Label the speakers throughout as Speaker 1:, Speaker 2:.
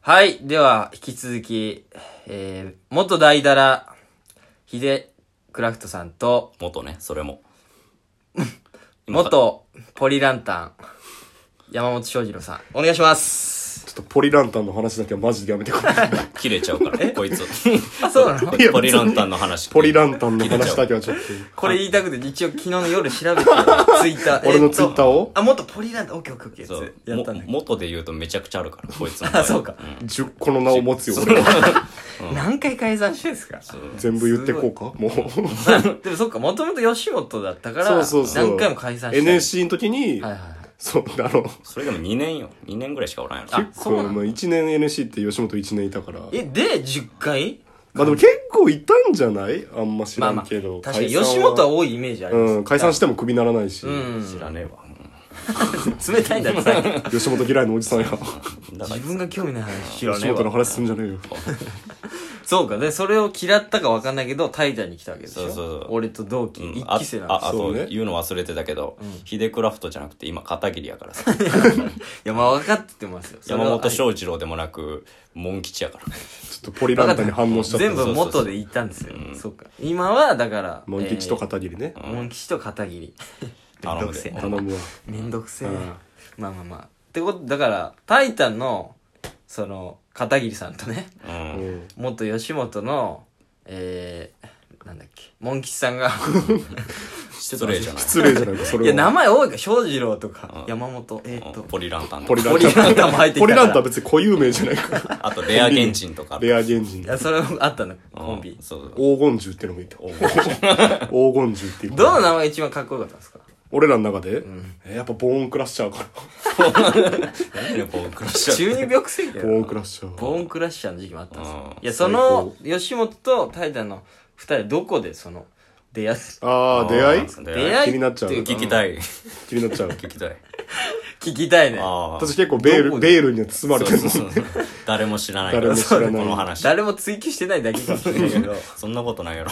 Speaker 1: はい。では、引き続き、えー、元大だら、ヒデクラフトさんと、
Speaker 2: 元ね、そ れも。今から
Speaker 1: 元ポリランタン、山本翔二郎さん、お願いします。
Speaker 3: ちょっとポリランタンの話だけはマジでやめ てくれ。
Speaker 2: 切れちゃうから、こいつ。
Speaker 1: あ、そうなの
Speaker 2: こいつポリランタンの話。
Speaker 3: ポリランタンの話だけはちょっと。
Speaker 1: これ言いたくて、一応昨日の夜調べて、ツイッター。
Speaker 3: 俺の
Speaker 1: えっと
Speaker 3: ツイッターを
Speaker 1: あ、元ポリランタン、オッケーオッケーオッケ
Speaker 2: そ
Speaker 1: ー
Speaker 2: う。。
Speaker 1: やったんだ
Speaker 2: も
Speaker 1: けど。
Speaker 2: 元で言うとめちゃくちゃあるから、こいつの場 合
Speaker 1: あ、そうか。
Speaker 3: 10個の名を持つよ、俺は。
Speaker 1: 何回改ざんしてんですか
Speaker 3: 全部言ってこうか、も う。
Speaker 1: でもそっか、もともと吉本だったから、
Speaker 3: そうそうそう。
Speaker 1: 何回も解散して。
Speaker 3: NSC の時に、
Speaker 1: はいはいはい。
Speaker 3: そう、あの、
Speaker 2: それでも2年よ。2年ぐらいしかおらんやろ。
Speaker 1: あ
Speaker 3: 結
Speaker 1: そうな
Speaker 3: 構、
Speaker 1: の
Speaker 3: まあ1年 NSC って吉本1年いたから。
Speaker 1: え、で、10回
Speaker 3: まあでも結構いたんじゃないあんま知
Speaker 1: ま
Speaker 3: ら
Speaker 1: あま
Speaker 3: ん
Speaker 1: あ、
Speaker 3: けど。
Speaker 1: 確かに
Speaker 3: 解散
Speaker 1: 吉本は多いイメージあります。
Speaker 3: うん、解散してもクビならないし。
Speaker 1: うん。
Speaker 2: 知らねえわ。
Speaker 1: 冷たいんだってさっ き
Speaker 3: 吉本嫌いのおじさんや。
Speaker 2: うんだから
Speaker 1: 自、分が興味ない話。
Speaker 2: 知ら
Speaker 3: 吉
Speaker 2: ねえわ
Speaker 3: 本の話すんじゃねえよ。
Speaker 1: そうか。で、それを嫌ったかわかんないけど、タイタンに来たわけでしょ。
Speaker 2: そうそうそう
Speaker 1: 俺と同期、
Speaker 2: うん
Speaker 1: 一
Speaker 2: あ
Speaker 1: 期生なんです
Speaker 2: ああ
Speaker 3: そ
Speaker 2: と
Speaker 3: うね
Speaker 2: 言うの忘れてたけど、ヒデクラフトじゃなくて今片桐や からさ
Speaker 1: いや、まあ分かってますよ。
Speaker 2: 山本
Speaker 1: あ
Speaker 2: 翔二郎でもなくモン吉やから
Speaker 3: ちょっとポリランタンに反応しちゃった。
Speaker 1: 全部元で言ったんですよ。そうか。今は、だから。
Speaker 3: モン吉と片桐ね
Speaker 1: え。ー。モン吉と片桐。
Speaker 2: 頼
Speaker 1: め
Speaker 2: む
Speaker 1: んどくせえ
Speaker 2: で
Speaker 3: 頼むわ。
Speaker 1: めんどくせえ。
Speaker 3: うん
Speaker 1: まあまあまあ。ってこと、だから、タイタンの、その、片桐さんとね、
Speaker 2: うん
Speaker 3: うん。
Speaker 1: 元吉本の、えー、なんだっけ、モン吉さんが、
Speaker 2: 失礼じゃない
Speaker 3: 失礼じゃないか、それ
Speaker 1: い
Speaker 3: は。
Speaker 1: や、名前多いから、翔二郎とか
Speaker 2: う、ん
Speaker 1: 山本、えーっ
Speaker 2: うん
Speaker 1: と、
Speaker 2: ポリランタン
Speaker 3: ポリラン
Speaker 1: ポリランタンも入ってき
Speaker 3: ポ
Speaker 1: た
Speaker 3: リ
Speaker 1: から
Speaker 3: ランタン別に固有名じゃないか。
Speaker 2: あとレア原人とか
Speaker 3: レア原人
Speaker 1: い。や、それもあったの、
Speaker 2: うん
Speaker 1: コンビ。
Speaker 2: そう
Speaker 3: 黄金獣ってのもいた。黄金獣っていう。
Speaker 1: どの名前が一番かっこよかったんですか
Speaker 3: 俺らの中で、えやっぱボーンクラッシャーか
Speaker 2: 何でボンクラッシャー
Speaker 1: 中二病くせえけ
Speaker 3: な。
Speaker 1: ど
Speaker 3: ボーンクラッシャー。
Speaker 1: ボーンクラッシャーの時期もあったんですよ
Speaker 2: うん。
Speaker 1: いや、その、吉本とタイタンの二人、どこでその、出会っ
Speaker 3: あー、出会い
Speaker 2: あー出会い
Speaker 1: 出会い
Speaker 3: 気になっちゃう
Speaker 1: ていか
Speaker 2: 聞きたい
Speaker 3: 気になっちゃう。
Speaker 2: 聞きたい
Speaker 1: 聞きたいね。
Speaker 2: ああ
Speaker 3: 私結構ベ
Speaker 1: ど
Speaker 3: ー
Speaker 1: こ
Speaker 3: ル、
Speaker 1: で
Speaker 3: ベールには包まれて
Speaker 2: そう
Speaker 3: る
Speaker 2: そう そう誰も知らない
Speaker 3: 誰も知らない
Speaker 2: この話
Speaker 1: 誰も追求してないだけかもしれないけど、
Speaker 2: そんなことないやろ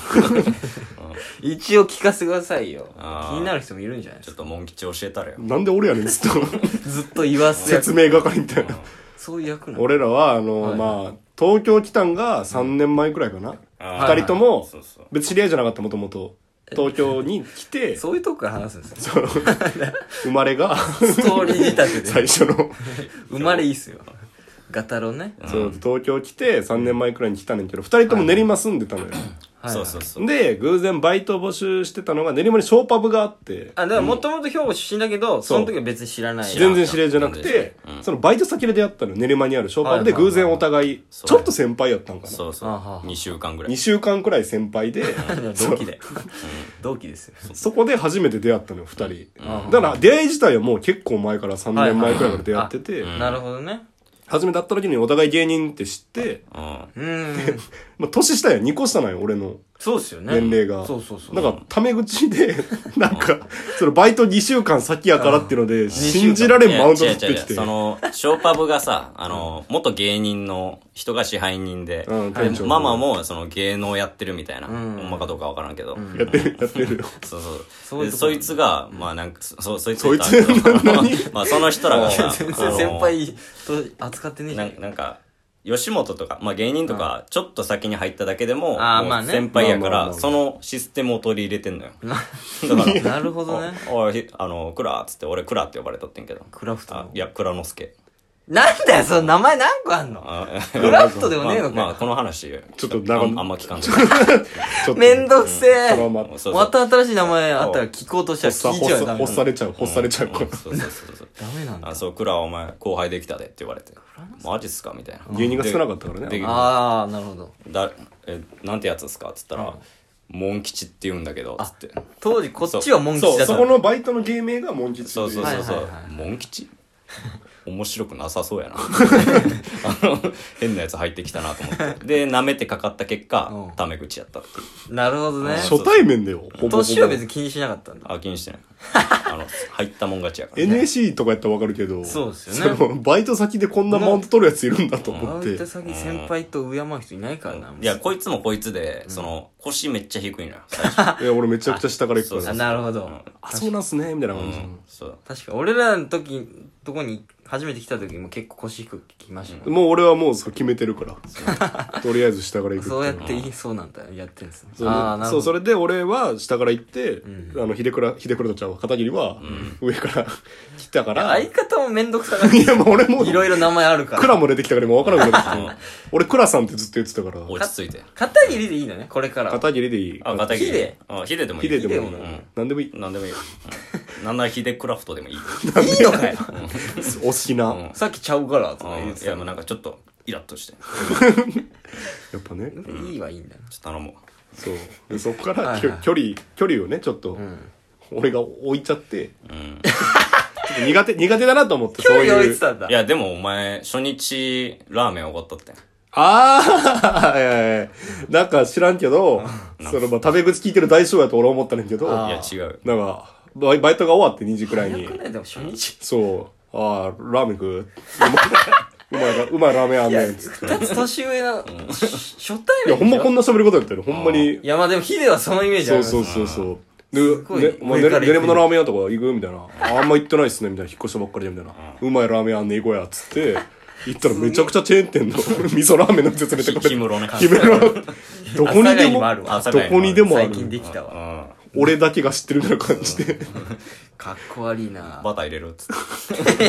Speaker 1: 一応聞かせてくださいよ。気
Speaker 2: あー
Speaker 1: になる人もいるんじゃないで
Speaker 2: ちょ
Speaker 1: す
Speaker 2: っ
Speaker 1: か
Speaker 2: とモン吉教えたらよ
Speaker 3: なんで俺やねん、ずっと。
Speaker 1: ずっと言わせ
Speaker 3: 説明係みたいな。
Speaker 1: そういう役なの
Speaker 3: 俺らは、あの、
Speaker 1: はい
Speaker 3: まあ、東京来たんが3年前くらいかな。
Speaker 2: あ
Speaker 1: ー
Speaker 3: 二人とも
Speaker 2: そうそう、
Speaker 3: 別に知り合いじゃなかった、もともと。東京に来て、
Speaker 1: そういうとこから話すんですよ。
Speaker 3: その 生まれが、
Speaker 1: ストーリー仕立て
Speaker 3: 最
Speaker 1: で。
Speaker 3: 初の。
Speaker 1: 生まれいいっすよ。ガタロね。
Speaker 3: そう、東京来て3年前くらいに来たねんけど、2人とも練馬住んでたのよ。
Speaker 1: い
Speaker 2: そう そうそう
Speaker 3: で、偶然バイトを募集してたのが練馬にショーパブがあって、
Speaker 1: あ、だからもともと兵庫出身だけど、そ
Speaker 3: そう
Speaker 1: の時は別に知らない。
Speaker 2: 知らん
Speaker 3: 全然知り合いじゃなくて、そのバイト先で出会ったのよ練馬にあるショーパブで
Speaker 1: はいはいは
Speaker 3: 偶
Speaker 1: い
Speaker 3: 然お互い、
Speaker 2: そう
Speaker 3: ちょっと先輩やったんかな。
Speaker 2: そうそ
Speaker 1: あはは
Speaker 2: う2週間ぐら
Speaker 3: 2
Speaker 2: い
Speaker 3: 週間くらい先輩で、
Speaker 1: 同期で。同期ですよ。
Speaker 3: そこで初めて出会ったのよ、2人。だから出会い自体はもう結構前から3年前くらいから出会ってて、
Speaker 1: なるほどね。
Speaker 3: 初めて会った時にお互い芸人って知って、
Speaker 2: うん
Speaker 1: うーん。
Speaker 3: まあ年下や、2個下なんよ、俺の。
Speaker 1: そうっすよね。
Speaker 3: 年齢が。
Speaker 1: そうそうそう。
Speaker 3: なんか、タメ口で、なんか、そのバイト2週間先やからっていうので、
Speaker 1: 週間
Speaker 3: 信じられんマウント
Speaker 2: いや
Speaker 3: 取
Speaker 2: 違
Speaker 3: っ
Speaker 2: う違う違
Speaker 3: てき
Speaker 2: う
Speaker 3: て。
Speaker 2: その、ショーパブがさ、あの、元芸人の人が支配人で、
Speaker 3: うん
Speaker 2: で
Speaker 3: 店長
Speaker 2: ママもその芸能やってるみたいな、ほんまかどうかわからんけど、
Speaker 3: やってる、やってるよ。
Speaker 2: そうそ
Speaker 1: そう
Speaker 2: う。
Speaker 1: いう
Speaker 2: で
Speaker 1: とこ
Speaker 2: そいつが、まあなんか、そ、そいつ
Speaker 3: そいつ
Speaker 2: が言ったんだけど まあその人 らがさ、
Speaker 1: 全
Speaker 2: あ
Speaker 1: 然
Speaker 2: の
Speaker 1: 先輩と扱ってねえじゃ。
Speaker 2: なんんなんか、吉本とか、まあ芸人とか、ちょっと先に入っただけでも、
Speaker 1: あー
Speaker 2: もう
Speaker 1: まあね
Speaker 2: 先輩やか
Speaker 3: まあまあ
Speaker 2: ら、
Speaker 3: まあまあ
Speaker 2: そのシステムを取り入れてんのよ。だから、
Speaker 1: なるほどね。
Speaker 2: おおい、ひあの、クラーっつって、俺クラーって呼ばれとってんけど。
Speaker 1: クラフト
Speaker 2: あ
Speaker 1: の
Speaker 2: い。や、倉之助。
Speaker 1: なんだよ、その名前何個あんの
Speaker 2: あ
Speaker 1: クラフトでも
Speaker 2: ま
Speaker 1: ねえの
Speaker 2: あ、まあ、
Speaker 1: か
Speaker 2: この話、
Speaker 3: ちょっと
Speaker 2: あ
Speaker 3: 長
Speaker 2: んあんま聞かんと。
Speaker 3: ちょっと
Speaker 1: めんどくせ
Speaker 3: それは
Speaker 1: え。
Speaker 3: まあ、
Speaker 2: そう
Speaker 3: 発
Speaker 2: そう
Speaker 1: また新しい名前あったら聞こうとしたら
Speaker 3: 作、
Speaker 1: 聞いちゃうよ、ダメ
Speaker 3: 発
Speaker 1: な
Speaker 3: 作
Speaker 1: んだ。
Speaker 3: れちゃう、発作れちゃう。これ
Speaker 2: そうそうそうそう。
Speaker 1: ダメなんだ。
Speaker 2: あ、そう、クラーお前、後輩できたでって言われて。マジっすかみたいな。
Speaker 3: 芸人が少なかったからね
Speaker 2: でで
Speaker 1: あー、なるほど。
Speaker 2: だえ、なんてやつですかっつったら、モン吉って言うんだけど、つって。
Speaker 1: 当時こっちはモン
Speaker 3: そ
Speaker 1: 吉
Speaker 3: う、
Speaker 1: だった
Speaker 3: そ
Speaker 1: の
Speaker 3: このバイトの芸名がモン吉ってい
Speaker 2: そうそうそうそう、
Speaker 1: はいはいはい
Speaker 2: モン吉 面白くなさそうやなあの変なやつ入ってきたなと思ってで舐めてかかった結果
Speaker 1: うん
Speaker 2: タメ口やったっていう
Speaker 1: なるほどね。
Speaker 3: 初対面だよ、ほぼほぼ。
Speaker 1: 年は別に気にしなかったんだ。
Speaker 2: あ気に してないあの入ったもん勝ちやから、
Speaker 3: NSC とかやったらわかるけど、
Speaker 1: そうですよね
Speaker 3: そのバイト先でこんなマウント取るやついるんだと思
Speaker 1: バ
Speaker 3: っ
Speaker 1: イ
Speaker 3: て
Speaker 1: ト。先先輩と敬う人いないからな。
Speaker 2: いやこいつもこいつで、その腰めっちゃ低いのよ最初
Speaker 3: いや、俺めちゃくちゃ下から行く
Speaker 2: そ
Speaker 3: か
Speaker 2: う
Speaker 3: ら。
Speaker 1: あなるほど。
Speaker 3: あ、そうなんすね、みたいな
Speaker 2: う
Speaker 3: 感じ。
Speaker 2: んそう
Speaker 1: 確か、俺らの時、とこに初めて来た時も結構腰低くきましたもん
Speaker 3: もう俺はもうそう決めてるから。とりあえず下から行く
Speaker 1: そうやっ
Speaker 3: って
Speaker 1: いいそうなんだやってるんですね
Speaker 3: そう
Speaker 1: ああなる
Speaker 3: そ
Speaker 1: ほ
Speaker 3: う、そ
Speaker 1: ど
Speaker 3: れで俺は下から行って、あの、秀倉、秀倉とちゃんは、片桐は、上から 来たから、
Speaker 1: 相
Speaker 3: い
Speaker 1: 方もめんどくさがって
Speaker 3: や、もう俺もう、
Speaker 1: いろいろ名前あるか
Speaker 3: 倉
Speaker 1: ら
Speaker 3: も出てきたから今分からな くなってきた。俺、倉さんってずっと言ってたから、
Speaker 2: 落ち着いて。
Speaker 1: 片桐でいいのねこれからは
Speaker 3: 片桐でいい。
Speaker 2: あ、片
Speaker 1: ヒデ
Speaker 2: あ、ヒデでもいい。
Speaker 3: 秀でもい
Speaker 1: ヒデ
Speaker 3: い
Speaker 1: も
Speaker 2: うん。
Speaker 3: 何でもい い。
Speaker 2: なんでもいいよ。うんなんならヒデクラフトでもいい。
Speaker 1: いいの かよ
Speaker 3: お好きな。
Speaker 1: さっきちゃうからとか
Speaker 2: うん
Speaker 1: 言っ
Speaker 2: い
Speaker 1: て
Speaker 2: や、
Speaker 1: た
Speaker 2: もう
Speaker 1: の
Speaker 2: なんかちょっと、イラッとして。ちょ
Speaker 3: やっぱね。
Speaker 1: いいはいいんだな
Speaker 2: っと頼も
Speaker 3: そう。でそっから
Speaker 1: はい
Speaker 3: きょ
Speaker 1: はい
Speaker 3: 距離、距離をね、ちょっと、俺が置いちゃって、
Speaker 2: う。うん。
Speaker 3: ちょっと苦手、苦手だなと思って、
Speaker 1: 距離
Speaker 3: そう
Speaker 1: 置い
Speaker 3: いう
Speaker 1: て。たんだ
Speaker 2: いや、でもお前、初日、ラーメンおごったって。
Speaker 3: ああ、いやいやなんか知らんけど、その、まあ、食べ口聞いてる大将やと俺は思ったねんけど、
Speaker 1: あ
Speaker 2: い
Speaker 1: ー
Speaker 2: や、違う。
Speaker 3: なんか、バイバイトが終わって2時くらいに
Speaker 1: 早、くないでも初日
Speaker 3: そう、ああ、ラーメン食ううまい、うまい、うまいラーメンあん
Speaker 1: いや
Speaker 3: ねんっつって。
Speaker 1: 二つ年上なし初対面
Speaker 3: いや、
Speaker 1: でしょ
Speaker 3: ほんまこんな喋ることやったよ。ほんま
Speaker 1: い
Speaker 3: に。
Speaker 1: やまあでもヒデはそのイメージあ
Speaker 3: そ
Speaker 1: る
Speaker 3: うそうそうそう。で、
Speaker 1: ごい
Speaker 3: ね、お前、
Speaker 1: 上から行く
Speaker 3: 練り物ラーメン屋とか行くみたいな。ああんま行ってないっすね、みたいな。引っ越したばっかりで、みたいな。うまいラーメンあんねん行こうや、つって。行ったらめちゃくちゃチェーン店の味噌ラーメンの店連れて
Speaker 2: ひ
Speaker 3: これ
Speaker 2: 氷
Speaker 3: て。
Speaker 2: 室ね。
Speaker 3: ヒメロ。どこに
Speaker 1: 朝
Speaker 3: で
Speaker 1: 霞に
Speaker 3: も
Speaker 1: もあ、るわ
Speaker 2: 朝
Speaker 3: ど
Speaker 2: 霞
Speaker 3: こにでもあ
Speaker 1: 最近で
Speaker 3: る。
Speaker 1: きた
Speaker 2: う
Speaker 1: わ
Speaker 2: ん。
Speaker 3: 俺だけが知ってるみたいな感じで。
Speaker 1: かっこ悪いな
Speaker 2: バター入れるっつって。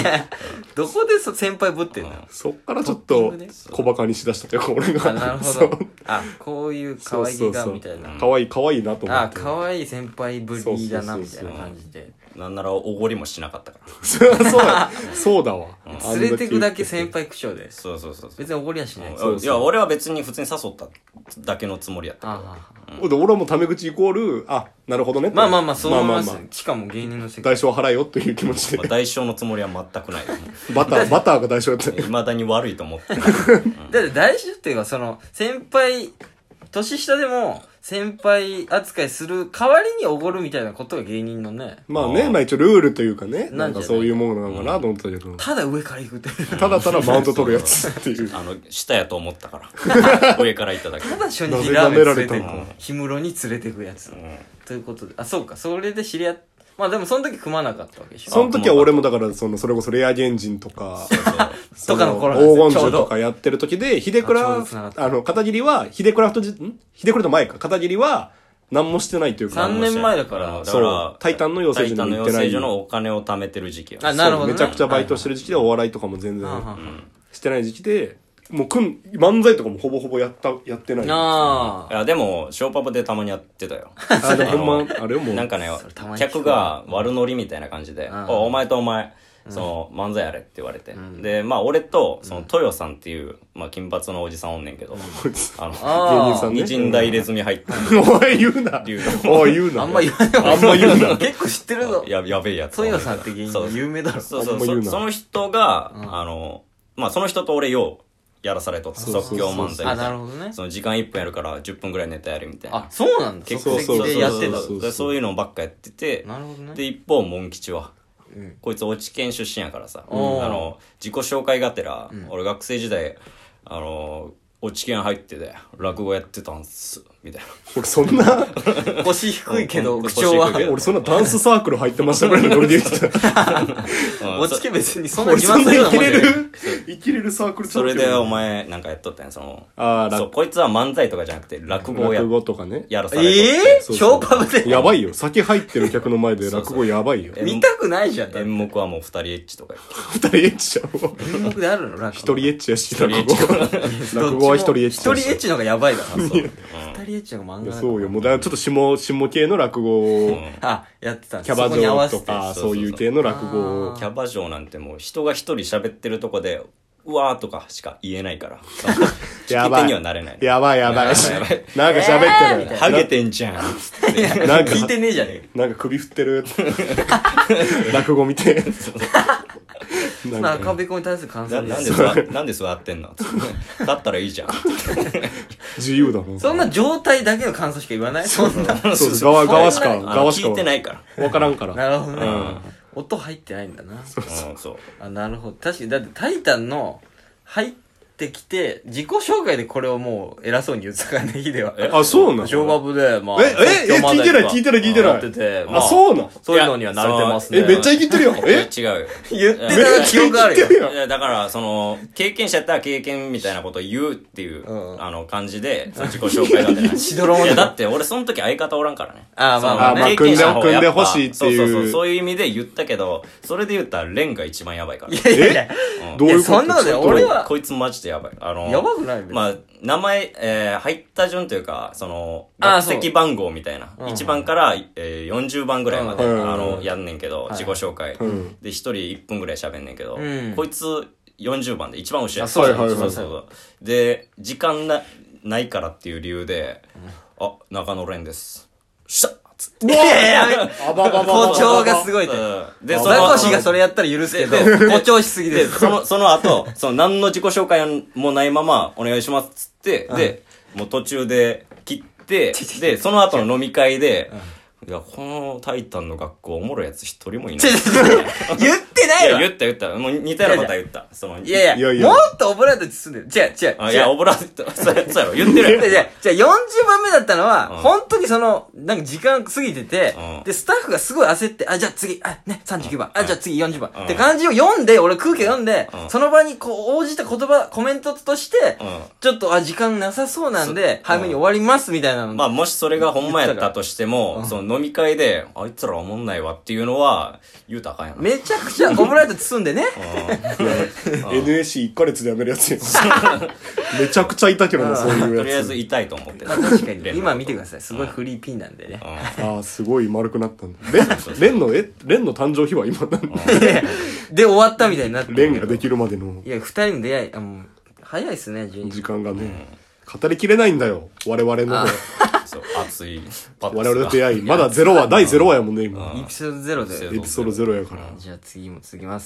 Speaker 1: どこでそ先輩ぶってんの
Speaker 3: そっからちょっ
Speaker 1: トッ
Speaker 3: と
Speaker 1: ピングね
Speaker 3: 小馬鹿にしだしたというか、俺が。
Speaker 1: あなるほ
Speaker 3: そう
Speaker 1: どあこういう可愛げがみたいな
Speaker 3: かわいい、かわいいなと思
Speaker 1: あ
Speaker 3: って。
Speaker 1: 可愛い先輩ぶりだな
Speaker 3: そう
Speaker 1: み
Speaker 3: そう
Speaker 1: たい
Speaker 3: そ
Speaker 1: う
Speaker 3: そう
Speaker 1: な感じで
Speaker 2: なんならおごりもしなかったから。
Speaker 3: そうだ、そうだわ。
Speaker 1: 連れてくだけ先輩口調で
Speaker 2: そうそうそうそう。
Speaker 1: 別に怒りはしない
Speaker 3: そう
Speaker 2: いや、俺は別に普通に誘っただけのつもりやった。
Speaker 1: ああ
Speaker 3: 輩。で俺はもうタメ口イコール、あ、なるほどね。
Speaker 1: まあまあまあそう思います
Speaker 3: あ
Speaker 1: よ
Speaker 3: ああ
Speaker 1: しかも芸人の世界
Speaker 3: 代償払えよという気持ち
Speaker 2: まあ
Speaker 3: で。
Speaker 2: 代償のつもりは全くない。
Speaker 3: バター、バターが代償だった
Speaker 2: いまだに悪いと思ってる。
Speaker 1: だって大事っていうかその先輩年下でも先輩扱いする代わりにおごるみたいなことが芸人のね
Speaker 3: まあね、まあ一応ルールというかね、
Speaker 1: な
Speaker 3: な
Speaker 1: んんじゃない
Speaker 3: かそういうものなのかなと思ったけど、
Speaker 1: ただ上から行くって
Speaker 3: ただただマウント取るやつっていう。
Speaker 2: あの、下やと思ったから。上からいただけ。
Speaker 1: ただ初日ラーメン連れて
Speaker 3: な
Speaker 1: く
Speaker 3: められ
Speaker 1: 氷室に連れてくやつ
Speaker 2: うん
Speaker 1: ということであそうかそれで知り合っまあでもその時組まなかったわけでしょ
Speaker 3: その時は俺もだから、その、それこそレア原人とか、
Speaker 1: とかの頃なんですよ
Speaker 3: 黄金
Speaker 1: ちょう
Speaker 3: 城
Speaker 1: ど
Speaker 3: とかやってる時で、ヒデク
Speaker 1: あちょう
Speaker 3: ラ
Speaker 1: ど繋がっ、た
Speaker 3: あの、片桐は、ヒデクラフトじ、んヒデクラフト前か、片桐は、何もしてないという か、
Speaker 1: 三年前だから
Speaker 2: うん
Speaker 3: そうタイタンの養成所に
Speaker 2: タイタンの
Speaker 3: 行っ
Speaker 2: 養
Speaker 3: てない
Speaker 2: 成所のお金を貯めてる時期や。
Speaker 1: あなるほどね
Speaker 3: そうめちゃくちゃバイトしてる時期で、お笑いとかも全然
Speaker 1: はいはいはい
Speaker 3: してない時期で、もうくん、漫才とかもほぼほぼやった、やってない。
Speaker 1: あ
Speaker 2: いや、でも、ショーパブでたまにやってたよ。
Speaker 3: あでもほんま、あれもう
Speaker 2: なんかね
Speaker 1: それたま、に聞く
Speaker 2: 客が悪ノリみたいな感じで、
Speaker 1: ん
Speaker 2: おお前とお前、その、漫才やれって言われて。で、まあ、俺と、その、豊さんっていう、まあ、金髪のおじさんおんねんけど、あの、
Speaker 1: あ
Speaker 3: 芸人さん ね。
Speaker 2: 二人大入れ墨入ってる
Speaker 3: お前言うな。
Speaker 2: 龍
Speaker 3: おい言うな。
Speaker 1: あんま言わない
Speaker 3: あんま言う な。
Speaker 1: 結構知ってるぞ
Speaker 2: や、やべえやつ。
Speaker 1: 豊さんって芸
Speaker 2: そう
Speaker 1: 人有名だろ
Speaker 2: そうそ
Speaker 3: あん
Speaker 2: う
Speaker 3: ま言う
Speaker 2: そ
Speaker 3: な
Speaker 2: その人が、あの、まあ、その人と俺よう、やらされとった。
Speaker 3: そうそうそ
Speaker 2: 即
Speaker 3: う
Speaker 2: 興漫才
Speaker 1: あ
Speaker 2: みた
Speaker 1: ないる
Speaker 2: な。
Speaker 1: ほどね
Speaker 2: その時間1分やるから10分ぐらいネタやるみたい
Speaker 1: あ
Speaker 2: な。
Speaker 1: そうなんだ
Speaker 2: 結
Speaker 1: 結構
Speaker 2: 構
Speaker 3: そうそう
Speaker 1: でやってた
Speaker 2: そうそう
Speaker 3: そうそう
Speaker 2: そういうのばっかやってて、
Speaker 1: なるほどね
Speaker 2: で、一方、モン吉は、
Speaker 1: うん
Speaker 2: こいつ、落ち県出身やからさ、あ
Speaker 1: おー
Speaker 2: の、自己紹介がてら、俺学生時代、あの、落ち県入ってて、落語やってたんす、みたいな。
Speaker 3: 俺そんな、
Speaker 1: 腰低いけ
Speaker 2: う
Speaker 1: ど
Speaker 2: ん
Speaker 1: 口調は
Speaker 2: 腰低いけど
Speaker 3: 俺そんなダンスサークル入ってましたぐらいのノリで言ってた。
Speaker 1: 落ちけ別にそんな
Speaker 3: 俺
Speaker 1: 自
Speaker 3: そ
Speaker 1: 慢
Speaker 3: ん
Speaker 1: す
Speaker 3: な
Speaker 1: るよう
Speaker 3: 生
Speaker 1: な
Speaker 3: き
Speaker 1: もんじゃ
Speaker 3: れ
Speaker 1: ない
Speaker 3: る、生きれるサークル
Speaker 2: それで、お
Speaker 3: お
Speaker 2: 前、なんかやっとったんや、その、
Speaker 3: あー
Speaker 2: そう、こいつは漫才とかじゃなくて、落語をや
Speaker 3: 落語とかね。
Speaker 2: やらされとって
Speaker 1: ええ
Speaker 3: そうそ
Speaker 1: 評
Speaker 3: う
Speaker 1: 判で
Speaker 3: やばいよ。酒入ってる客の前で落語やばいよ。
Speaker 2: え
Speaker 1: 見たくないじゃん。
Speaker 2: 演目はもう二人エッチとか
Speaker 3: 二人エッチやろ。
Speaker 1: 演目であるの落
Speaker 3: 一人エッチやし、落語。落語は一人エッチ
Speaker 1: 一人
Speaker 3: や
Speaker 1: エッ
Speaker 3: し。
Speaker 1: チの方がやばいだろ。二人エ
Speaker 2: うん
Speaker 1: ッチの方が漫画だ
Speaker 3: そうよ。もうだからちょっと下、下系の落語を、
Speaker 1: あ、やってた。
Speaker 3: キャバ
Speaker 1: そこに合
Speaker 3: 嬢
Speaker 1: わせ
Speaker 3: と
Speaker 1: て。
Speaker 3: か、
Speaker 2: そ
Speaker 3: そう
Speaker 2: そうそう
Speaker 3: ういう系の落語を
Speaker 1: あ
Speaker 2: キャバ嬢なんてもう人が一人喋ってるとこでうわーとかしか言えないから
Speaker 3: や
Speaker 2: 聞き
Speaker 3: ば
Speaker 2: 手
Speaker 3: い。
Speaker 2: にはなれない
Speaker 3: やばいやばい。なんか喋ってる。
Speaker 2: ハゲてんじゃん
Speaker 3: なんか
Speaker 1: 聞いてねえじゃねえか。
Speaker 3: なんか首振ってる。落語見て。
Speaker 1: そんな
Speaker 3: なんか
Speaker 1: 赤べこに対する感
Speaker 2: な
Speaker 1: 想で。
Speaker 2: なんです座なんで座ってんのだったらいいじゃん
Speaker 3: 自由だな。
Speaker 1: そんな状態だけの感想しか言わないそんな。
Speaker 3: そうです。側、側しか、
Speaker 2: あの
Speaker 3: 側しか
Speaker 2: 聞いてないから
Speaker 3: わからんから。
Speaker 1: なるほどね。音入ってないんだな。
Speaker 2: うんそう
Speaker 1: あ、なるほど。確かに、だってタイタンの入っってきて、自己紹介でこれをもう偉そうに言ってたからね、ヒデは。
Speaker 3: あ、そうな
Speaker 1: 小バ
Speaker 3: の
Speaker 1: ブで、まあ、
Speaker 3: え
Speaker 1: 即
Speaker 3: え
Speaker 1: 興漫才とか
Speaker 3: え聞いてない聞いてない
Speaker 1: やってて、ま
Speaker 3: あ、そうなの
Speaker 1: そういうのには慣れてますね。
Speaker 3: え、めっちゃいきって るよ。え
Speaker 2: 違うよ。
Speaker 1: 言ってた記憶あ るよ。
Speaker 3: いや
Speaker 2: いやだから、その、経験者やったら経験みたいなことを言うっていう、
Speaker 1: うん
Speaker 2: あの、感じで、その自己紹介だったり。
Speaker 1: しどろも
Speaker 2: い
Speaker 1: だ
Speaker 2: や、だって俺その時相方おらんからね。
Speaker 1: あーまあ
Speaker 2: その
Speaker 1: まあまあ
Speaker 2: 経験者の方が
Speaker 3: 組んで
Speaker 2: やぱ
Speaker 3: 組んでほしいっていう
Speaker 2: そうそうそう、そういう意味で言ったけど、それで言ったらレンが一番やばいから。
Speaker 1: いやいやい
Speaker 3: どういうこと
Speaker 1: いやそんなのね
Speaker 3: ちょっと
Speaker 1: 俺は
Speaker 2: こいつマジでやばい。あの、
Speaker 1: や、やばくない
Speaker 2: まあ、名前、えー入った順というか、その、
Speaker 1: あー
Speaker 2: 学籍番号みたいな。
Speaker 1: うん
Speaker 2: 1番から、えー40番ぐらいまで、
Speaker 3: うん
Speaker 2: あの、やんねんけど、
Speaker 1: い
Speaker 2: 自己紹介。
Speaker 3: ん
Speaker 2: で、1人1分ぐらい喋んねんけど、
Speaker 1: うん
Speaker 2: こいつ40番で一番後ろや
Speaker 1: あそう
Speaker 3: やはいはいはい
Speaker 2: そうで、時間なないからっていう理由で、あ、中野蓮です。しゃっつって。
Speaker 1: いやいや、
Speaker 3: あばばばばば
Speaker 1: 誇張がすごいって。
Speaker 2: うん
Speaker 1: で、
Speaker 2: で、
Speaker 1: ザ
Speaker 2: その
Speaker 1: コシがそれやったら許すけど、
Speaker 2: でで
Speaker 1: 誇張しすぎで
Speaker 2: で、
Speaker 1: す。
Speaker 2: その、その後、その、何の自己紹介もないまま、お願いしますっつって、で、もう途中で切 って、で、その後の飲み会で、いや、このタイタンの学校、おもろいやつ一人 もいない。
Speaker 1: 言ってないい
Speaker 2: や、
Speaker 1: よ
Speaker 2: 言った言った。もう似たようなことは言った。その、
Speaker 1: いやい
Speaker 3: いや
Speaker 1: や
Speaker 3: いや
Speaker 1: もっとオブラートに包んでる。違う違う違
Speaker 2: あ
Speaker 1: う。
Speaker 2: い や、オブラート、そうやそうやろ、言ってるや ん。
Speaker 1: で、じゃあ、じゃあ40番目だったのは、
Speaker 2: うん
Speaker 1: 本当にその、なんか時間過ぎてて、
Speaker 2: うん
Speaker 1: で、スタッフがすごい焦って、あ、じゃあ次、あ、ね、39番、あ、じゃあ次40番、
Speaker 2: うん
Speaker 1: って感じを読んで、俺空気読んで、
Speaker 2: うん
Speaker 1: その場にこう、応じた言葉、コメントとして、
Speaker 2: うん
Speaker 1: ちょっと、あ、時間なさそうなんで、早めに終わります、みたいなの。
Speaker 2: まあ、もしそれがほんまやったとしても、その飲み会で、あいつらおもんないわっていうのは、言うたらあかんやな。
Speaker 1: めちゃくちゃオブラート包んでね。
Speaker 3: NSC1 ヶ月で辞めるやつ やんめちゃくちゃいたけどな、そうい
Speaker 2: と
Speaker 3: うやつ。
Speaker 2: りあえず痛いと思ってる。
Speaker 1: 確かに。
Speaker 2: 連絡
Speaker 1: 今見てください。すごいフリーピンなんでね。
Speaker 3: ああ、すごい丸くなったんだ。レン、レンの、え、レンの誕生日は今なんだ
Speaker 1: で、終わったみたいになって。
Speaker 3: レンができるまでの
Speaker 1: いや、二人の出会い、あ、もう、早いっすね、12
Speaker 3: 時間がね、語りきれないんだよ。我々のね、
Speaker 2: そう、熱いパッ
Speaker 3: 我々の出会い。まだゼロ話、第ゼロ話やもんね、今。
Speaker 1: エピソードゼロ
Speaker 2: そう
Speaker 1: で。
Speaker 3: エピソードゼロやから。
Speaker 1: じゃあ次も続きます。